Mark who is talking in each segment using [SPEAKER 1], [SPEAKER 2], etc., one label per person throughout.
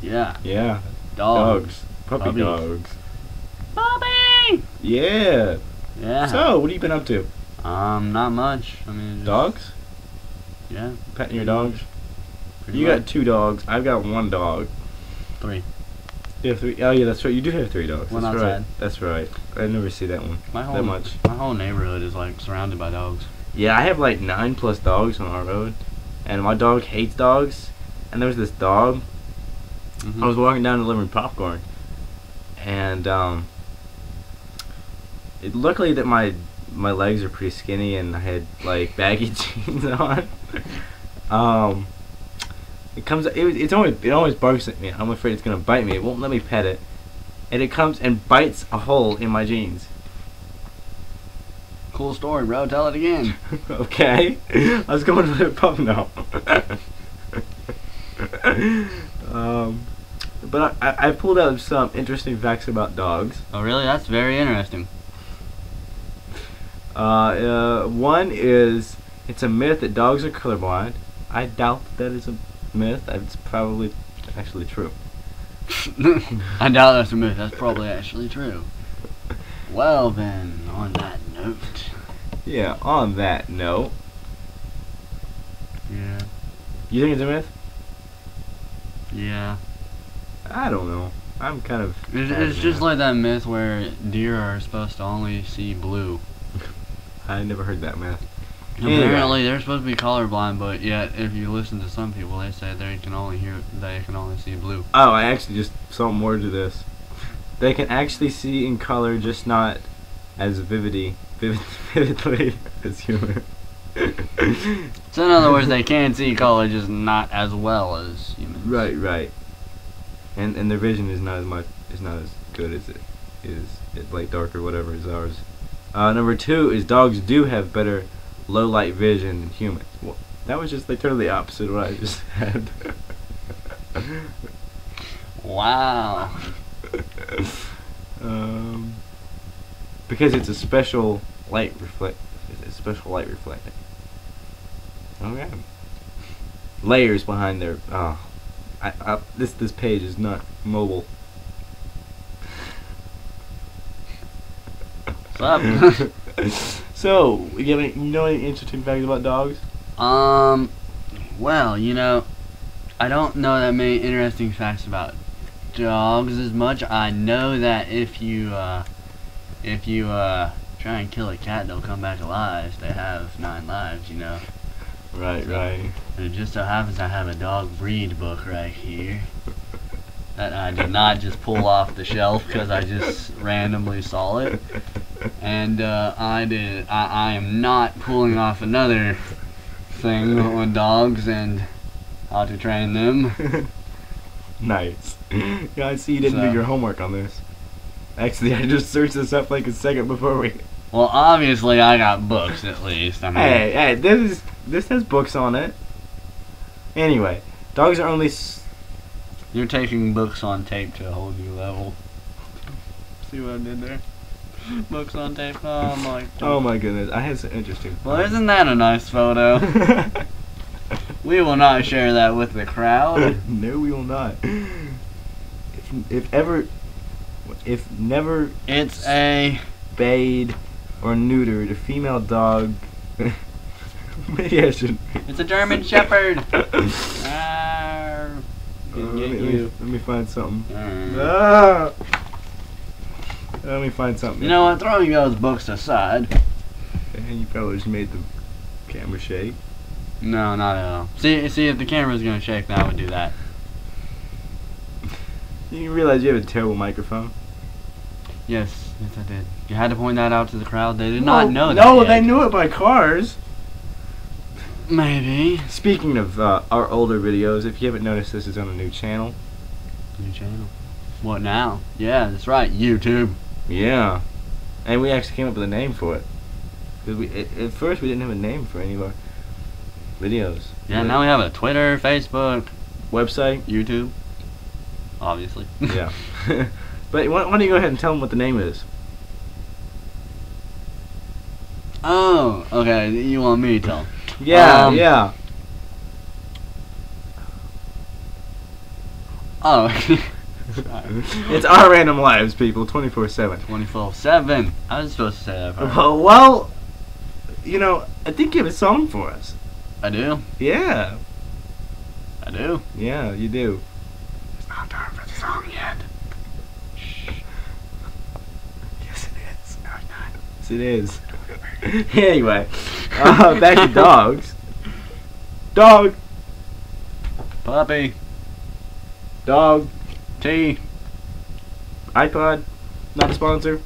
[SPEAKER 1] Yeah.
[SPEAKER 2] Yeah.
[SPEAKER 1] Dogs.
[SPEAKER 2] Puppy
[SPEAKER 1] Puppies.
[SPEAKER 2] dogs.
[SPEAKER 1] Bobby.
[SPEAKER 2] Yeah.
[SPEAKER 1] Yeah.
[SPEAKER 2] So, what have you been up to?
[SPEAKER 1] um, not much. I mean, just-
[SPEAKER 2] Dogs?
[SPEAKER 1] Yeah.
[SPEAKER 2] Petting your dogs?
[SPEAKER 1] pretty
[SPEAKER 2] You
[SPEAKER 1] much.
[SPEAKER 2] got two dogs. I've got one dog.
[SPEAKER 1] three.
[SPEAKER 2] You have three. Oh yeah, that's right. You do have three dogs.
[SPEAKER 1] One
[SPEAKER 2] that's
[SPEAKER 1] outside.
[SPEAKER 2] right. That's right. I never see that one
[SPEAKER 1] My whole
[SPEAKER 2] that much.
[SPEAKER 1] my whole neighborhood is like surrounded by dogs.
[SPEAKER 2] Yeah, I have like nine plus dogs on our road, and my dog hates dogs. And there was this dog
[SPEAKER 1] Mhm.
[SPEAKER 2] I was walking down delivering popcorn, and um, it, luckily that my my legs are pretty skinny and I had like baggy jeans on. um, it comes. It, was- it's always it always barks at me. I'm afraid it's gonna bite me. It won't let me pet it, and it comes and bites a hole in my jeans.
[SPEAKER 1] cool story, bro. Tell it again.
[SPEAKER 2] okay, I was going to the pub now. um, but I- I, I pulled out some interesting facts about dogs.
[SPEAKER 1] oh, really? That's very interesting.
[SPEAKER 2] Uh, uh, one is it's a myth that dogs are colorblind. I doubt that is a myth. It's probably actually true.
[SPEAKER 1] I doubt that's a myth. That's probably actually true. Well, then, on that note.
[SPEAKER 2] Yeah. On that note,
[SPEAKER 1] Yeah.
[SPEAKER 2] you think it's a myth?
[SPEAKER 1] Yeah.
[SPEAKER 2] I don't know. I'm kind of.
[SPEAKER 1] It's, it's just like that myth where deer are supposed to only see blue.
[SPEAKER 2] I never heard that myth. Anyway.
[SPEAKER 1] Apparently, they're supposed to be colorblind, but yet, if you listen to some people, they say they can only hear, they can only see blue.
[SPEAKER 2] Oh, I actually just saw more to this. They can actually see in color, just not as vividly, vivid, vividly as human.
[SPEAKER 1] So, in other words, they can see color, just not as well as humans.
[SPEAKER 2] right, right. And and their vision is not as much, is not as good as it is, it like dark or whatever is ours. Uh, number two is dogs do have better low light vision than humans. Well, that was just like totally opposite of what I just said.
[SPEAKER 1] Wow.
[SPEAKER 2] um, because it's a special light reflect. It's a special light reflecting. Okay. Layers behind their. Oh, I, I, this this page is not mobile.
[SPEAKER 1] What's up?
[SPEAKER 2] so, you have any, you know any interesting facts about dogs?
[SPEAKER 1] Um, well, you know, I don't know that many interesting facts about dogs as much. I know that if you, uh, if you, uh, try and kill a cat, they'll come back alive. They have nine lives, you know.
[SPEAKER 2] Right,
[SPEAKER 1] right. And it just so happens I have a dog breed book right here that I did not just pull off the shelf because I just randomly saw it. And, uh, I did, I, I am not pulling off another thing on dogs and how to train them.
[SPEAKER 2] nice. Yeah, I see you didn't
[SPEAKER 1] So-
[SPEAKER 2] do your homework on this. Actually, I just searched this up like a second before we.
[SPEAKER 1] Well, obviously, I got books at least. I mean,
[SPEAKER 2] Hey, hey, this is this has books on it. Anyway, dogs are only s-
[SPEAKER 1] you're taking books on tape to a whole new level. See what I did there? Books on tape. Oh my.
[SPEAKER 2] Oh my goodness, I had some interesting.
[SPEAKER 1] Well, isn't that a nice photo? we will not share that with the crowd.
[SPEAKER 2] no, we will not. If, if ever, if never
[SPEAKER 1] It's a.
[SPEAKER 2] bathed or neutered, a female dog. Maybe I should.
[SPEAKER 1] It's a German Shepherd.
[SPEAKER 2] Uh,
[SPEAKER 1] Arr,
[SPEAKER 2] let,
[SPEAKER 1] can
[SPEAKER 2] me,
[SPEAKER 1] get
[SPEAKER 2] let me-
[SPEAKER 1] you.
[SPEAKER 2] let me find something.
[SPEAKER 1] Arr.
[SPEAKER 2] Ah! Let me find something.
[SPEAKER 1] You know what? Throwing those books aside.
[SPEAKER 2] And you probably just made the camera shake.
[SPEAKER 1] No, not at all. See, see, if the camera's gonna shake, then I would do that.
[SPEAKER 2] You realize you have a terrible microphone.
[SPEAKER 1] Yes, yes, I did. You had to point that out to the crowd. They did not know that.
[SPEAKER 2] No, they
[SPEAKER 1] yet.
[SPEAKER 2] knew it by cars.
[SPEAKER 1] Maybe.
[SPEAKER 2] Speaking of uh, our older videos, if you haven't noticed, this is on a new channel.
[SPEAKER 1] New channel. What now? Yeah, that's right. YouTube.
[SPEAKER 2] Yeah, and we actually came up with a name for it. Cause we at, at first we didn't have a name for any of our videos.
[SPEAKER 1] Yeah, now we have a Twitter, Facebook,
[SPEAKER 2] website.
[SPEAKER 1] YouTube. Obviously.
[SPEAKER 2] yeah, but why, why don't you go ahead and tell them what the name is?
[SPEAKER 1] oh, okay. You want me to tell?
[SPEAKER 2] Yeah,
[SPEAKER 1] Um,
[SPEAKER 2] yeah.
[SPEAKER 1] Oh,
[SPEAKER 2] it's our random lives, people, twenty four seven.
[SPEAKER 1] 24 7. I was supposed to say that part.
[SPEAKER 2] Well, Uh, well, you know, I think you have a song for us.
[SPEAKER 1] I do.
[SPEAKER 2] Yeah,
[SPEAKER 1] I do.
[SPEAKER 2] yeah, you do.
[SPEAKER 1] It's not time for the song yet.
[SPEAKER 2] Yes, it is.
[SPEAKER 1] No, it's not.
[SPEAKER 2] Yes, it is. anyway, uh, back to dogs. Dog,
[SPEAKER 1] Puppy.
[SPEAKER 2] dog,
[SPEAKER 1] Tea.
[SPEAKER 2] iPod, not a sponsor.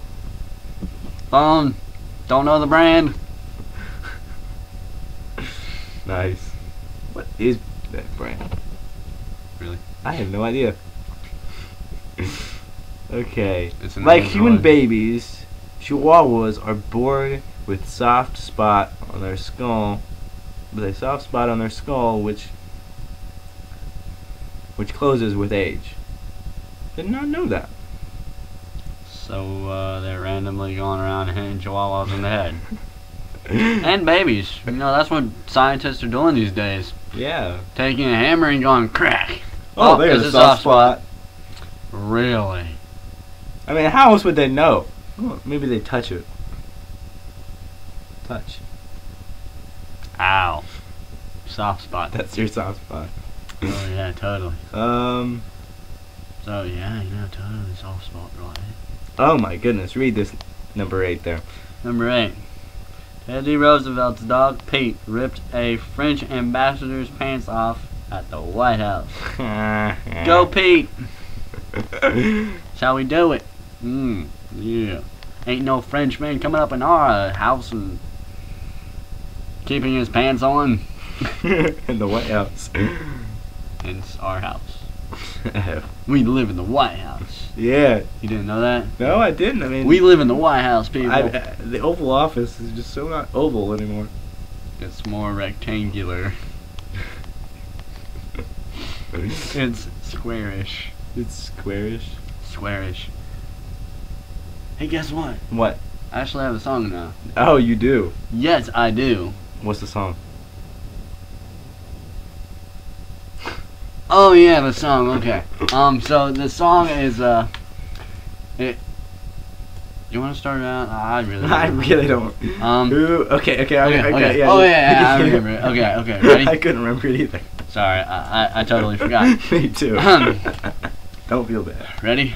[SPEAKER 1] Phone. Don't know the brand.
[SPEAKER 2] Nice. What is that brand?
[SPEAKER 1] Really?
[SPEAKER 2] I have no idea. okay.
[SPEAKER 1] It's
[SPEAKER 2] Like human
[SPEAKER 1] baby.
[SPEAKER 2] babies, Chihuahuas are born with soft spot on their skull, with a soft spot on their skull which which closes with age. Did not know that.
[SPEAKER 1] So uh, they're randomly going around hitting chihuahuas in the head. and babies. You know, that's what scientists are doing these days.
[SPEAKER 2] yeah.
[SPEAKER 1] Taking a hammer and going crack.
[SPEAKER 2] Oh,
[SPEAKER 1] Oh, it's
[SPEAKER 2] there's a
[SPEAKER 1] a
[SPEAKER 2] soft
[SPEAKER 1] soft
[SPEAKER 2] spot.
[SPEAKER 1] Really?
[SPEAKER 2] I mean, how else would they know? Oh, maybe they touch it. Touch.
[SPEAKER 1] Ow. Soft spot.
[SPEAKER 2] That's your soft spot.
[SPEAKER 1] oh, yeah, totally.
[SPEAKER 2] Um.
[SPEAKER 1] So, yeah, you know, totally soft spot, right?
[SPEAKER 2] Oh my goodness. Read this number eight there.
[SPEAKER 1] Number eight. Teddy Roosevelt's dog Pete ripped a French ambassador's pants off at the White House. Go, Pete! Shall we do it? Mmm, yeah. Ain't no Frenchman coming up in our house and keeping his pants on.
[SPEAKER 2] in the White House.
[SPEAKER 1] It's our house. We live in the White House.
[SPEAKER 2] yeah.
[SPEAKER 1] You didn't know that?
[SPEAKER 2] No, I didn't. I mean,
[SPEAKER 1] We live in the White House, people.
[SPEAKER 2] I, uh, the Oval Office is just so not oval anymore.
[SPEAKER 1] it's more rectangular. It's squarish.
[SPEAKER 2] It's squarish.
[SPEAKER 1] Squarish. Hey, guess what?
[SPEAKER 2] What?
[SPEAKER 1] I actually have a song now.
[SPEAKER 2] Oh, you do.
[SPEAKER 1] Yes, I do.
[SPEAKER 2] What's the song?
[SPEAKER 1] Oh yeah, the song. Okay. Um. So the song is uh. It. You want to start it out? I really. don't
[SPEAKER 2] I
[SPEAKER 1] know.
[SPEAKER 2] really don't.
[SPEAKER 1] Um,
[SPEAKER 2] Ooh, okay, okay, I-
[SPEAKER 1] okay,
[SPEAKER 2] okay,
[SPEAKER 1] okay.
[SPEAKER 2] yeah.
[SPEAKER 1] Oh, yeah, yeah, I remember it. Okay, okay, ready?
[SPEAKER 2] I couldn't remember it either.
[SPEAKER 1] Sorry, I I, I totally forgot. Um.
[SPEAKER 2] Me too.
[SPEAKER 1] Ahem.
[SPEAKER 2] don't feel bad.
[SPEAKER 1] Ready?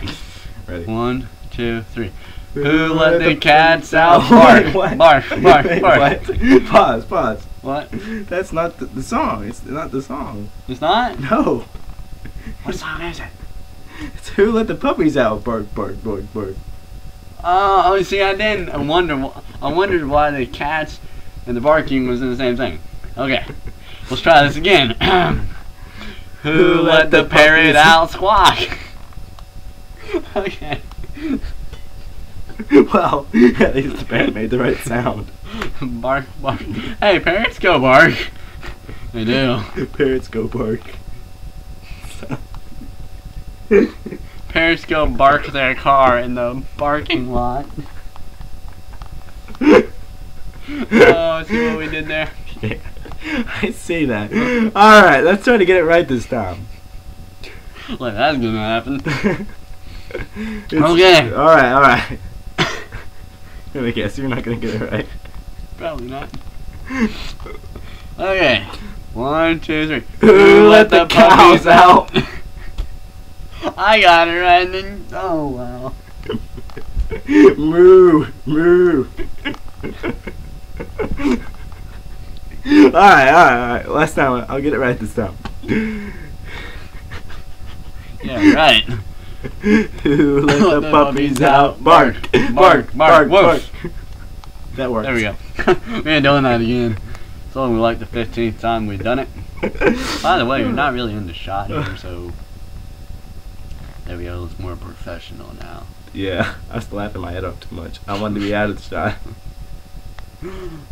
[SPEAKER 2] Ready?
[SPEAKER 1] One, two, three. Who let the cats out? Bark,
[SPEAKER 2] What?
[SPEAKER 1] bark, bark,
[SPEAKER 2] Wait,
[SPEAKER 1] bark.
[SPEAKER 2] what? Pause, pause.
[SPEAKER 1] What?
[SPEAKER 2] That's not the, the song. It's not the song.
[SPEAKER 1] It's not.
[SPEAKER 2] No.
[SPEAKER 1] What song is it?
[SPEAKER 2] It's who let the puppies out? Bark, bark, bark, bark.
[SPEAKER 1] Oh, oh, see, I didn't. I wonder. wh- I wondered why the cats and the barking was in the same thing. Okay, let's try this again. Who let the parrot out? Squawk. okay,
[SPEAKER 2] well, at least the band made the right sound.
[SPEAKER 1] bark, bark. Hey, parrots go bark. They do.
[SPEAKER 2] Parrots go bark.
[SPEAKER 1] Parrots go bark their car in the parking lot. Oh, see what we did there?
[SPEAKER 2] I see that. All right, let's try to get it right this time.
[SPEAKER 1] Look, that's gonna happen.
[SPEAKER 2] It's-
[SPEAKER 1] Okay.
[SPEAKER 2] All right, all right. Let me guess, you're not gonna get it right.
[SPEAKER 1] Probably not. Okay. One, two, three.
[SPEAKER 2] Who let the cows out?
[SPEAKER 1] I got it right and then oh wow.
[SPEAKER 2] moo, moo. all right, all right, all right. Last time, I'll get it right this time.
[SPEAKER 1] Yeah, right.
[SPEAKER 2] Who let the, puppies out? Bark,
[SPEAKER 1] Bark,
[SPEAKER 2] bark, bark,
[SPEAKER 1] bark,
[SPEAKER 2] bark.
[SPEAKER 1] woof.
[SPEAKER 2] That works.
[SPEAKER 1] There we go. we ain't doing that again. It's only like the fifteenth time we've done it. By the way,
[SPEAKER 2] Hmm.
[SPEAKER 1] you're not really in the shot here, so there we go. It's more professional now.
[SPEAKER 2] Yeah, I was laughing my head off too much. I wanted to be out of the shot.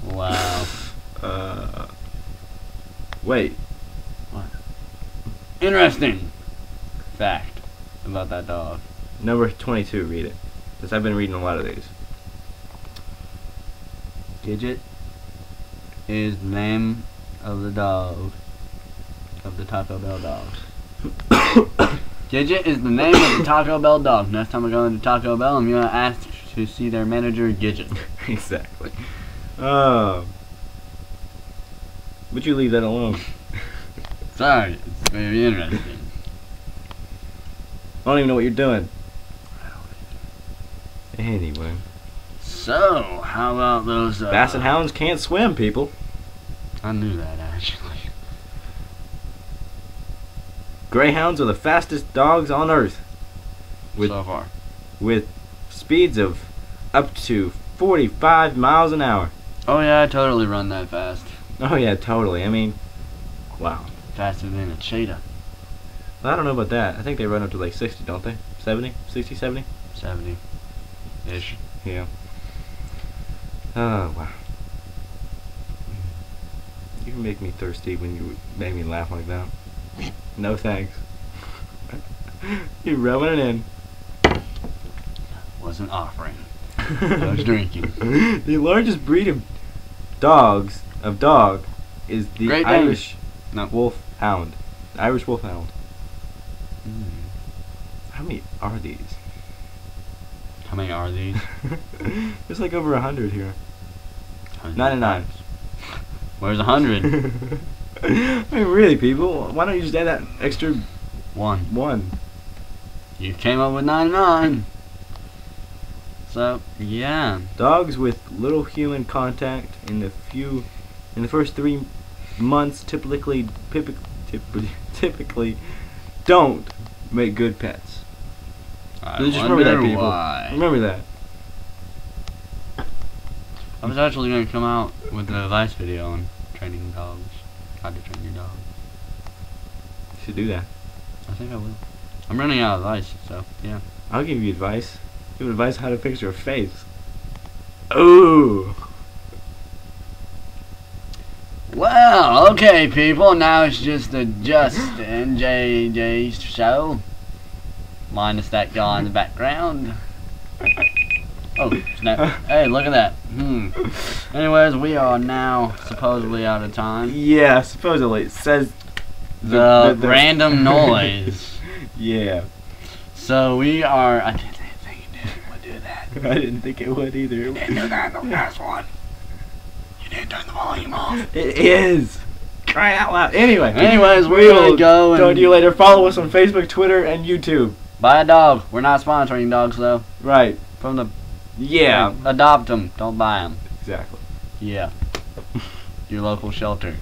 [SPEAKER 1] Wow.
[SPEAKER 2] Uh, wait.
[SPEAKER 1] Interesting fact about that dog.
[SPEAKER 2] Number 22, read it. Because I've been reading a lot of these.
[SPEAKER 1] Gidget is the name of the dog of the Taco Bell dog. Digit is the name of the Taco Bell dog. Next time I go into Taco Bell, I'm gonna ask to see their manager, Gidget.
[SPEAKER 2] exactly. Um, would you leave that alone?
[SPEAKER 1] Sorry, it's very interesting.
[SPEAKER 2] I don't even know what you're doing. Anyway,
[SPEAKER 1] So, how about those? Uh,
[SPEAKER 2] basset hounds can't swim, people.
[SPEAKER 1] I knew that actually.
[SPEAKER 2] Greyhounds are the fastest dogs on earth, With-
[SPEAKER 1] so far,
[SPEAKER 2] with speeds of up to 45 miles an hour.
[SPEAKER 1] oh yeah, I totally run that fast,
[SPEAKER 2] Oh yeah, totally. I mean, wow.
[SPEAKER 1] faster than a cheetah,
[SPEAKER 2] I don't know about that. I think they run up to like 60, don't they? 70, 60, 70.
[SPEAKER 1] seventy, ish.
[SPEAKER 2] Yeah. Oh wow. You make me thirsty when you make me laugh like that. No thanks. You're rubbing it in.
[SPEAKER 1] Was an offering. I was drinking.
[SPEAKER 2] the largest breed of dogs of dog is the
[SPEAKER 1] Great Dane.
[SPEAKER 2] Irish
[SPEAKER 1] No.
[SPEAKER 2] wolf hound. The Irish wolf hound.
[SPEAKER 1] Mm.
[SPEAKER 2] How many are these?
[SPEAKER 1] How many are these?
[SPEAKER 2] There's like over a hundred here. 99.
[SPEAKER 1] Where's a hundred?
[SPEAKER 2] I mean, really, people, why don't you just add that extra
[SPEAKER 1] One.
[SPEAKER 2] one?
[SPEAKER 1] You came up with ninety-nine. So yeah,
[SPEAKER 2] Dogs with little human contact in the few, in the first three months, typically, typically, typically, don't make good pets.
[SPEAKER 1] I
[SPEAKER 2] Just remember
[SPEAKER 1] wonder
[SPEAKER 2] that, people.
[SPEAKER 1] why.
[SPEAKER 2] Remember that.
[SPEAKER 1] I was actually gonna come out with an advice video on training dogs, how to train your dog.
[SPEAKER 2] You should do that.
[SPEAKER 1] I think I will. I'm running out of advice, so yeah.
[SPEAKER 2] I'll give you advice. Give advice how to fix your face. Ooh.
[SPEAKER 1] Well, okay, people. Now it's just the Justin JJ show, minus that guy in the background. Oh snap! Hey, look at that. Hmm. Anyways, we are now supposedly out of time.
[SPEAKER 2] Yeah, supposedly it says
[SPEAKER 1] The, random noise.
[SPEAKER 2] yeah,
[SPEAKER 1] So we are. I didn't think it would do that.
[SPEAKER 2] I didn't think it would either.
[SPEAKER 1] You didn't do that in the last one. You didn't turn the volume off.
[SPEAKER 2] It is. Cry out loud. Anyway.
[SPEAKER 1] Anyways,
[SPEAKER 2] we
[SPEAKER 1] we're gonna
[SPEAKER 2] will
[SPEAKER 1] go and-
[SPEAKER 2] talk to you later. Follow us on Facebook, Twitter, and YouTube.
[SPEAKER 1] Buy a dog. We're not sponsoring dogs though.
[SPEAKER 2] Right.
[SPEAKER 1] From the
[SPEAKER 2] Yeah.
[SPEAKER 1] adopt them. Don't buy them.
[SPEAKER 2] Exactly.
[SPEAKER 1] Yeah. Your local shelter.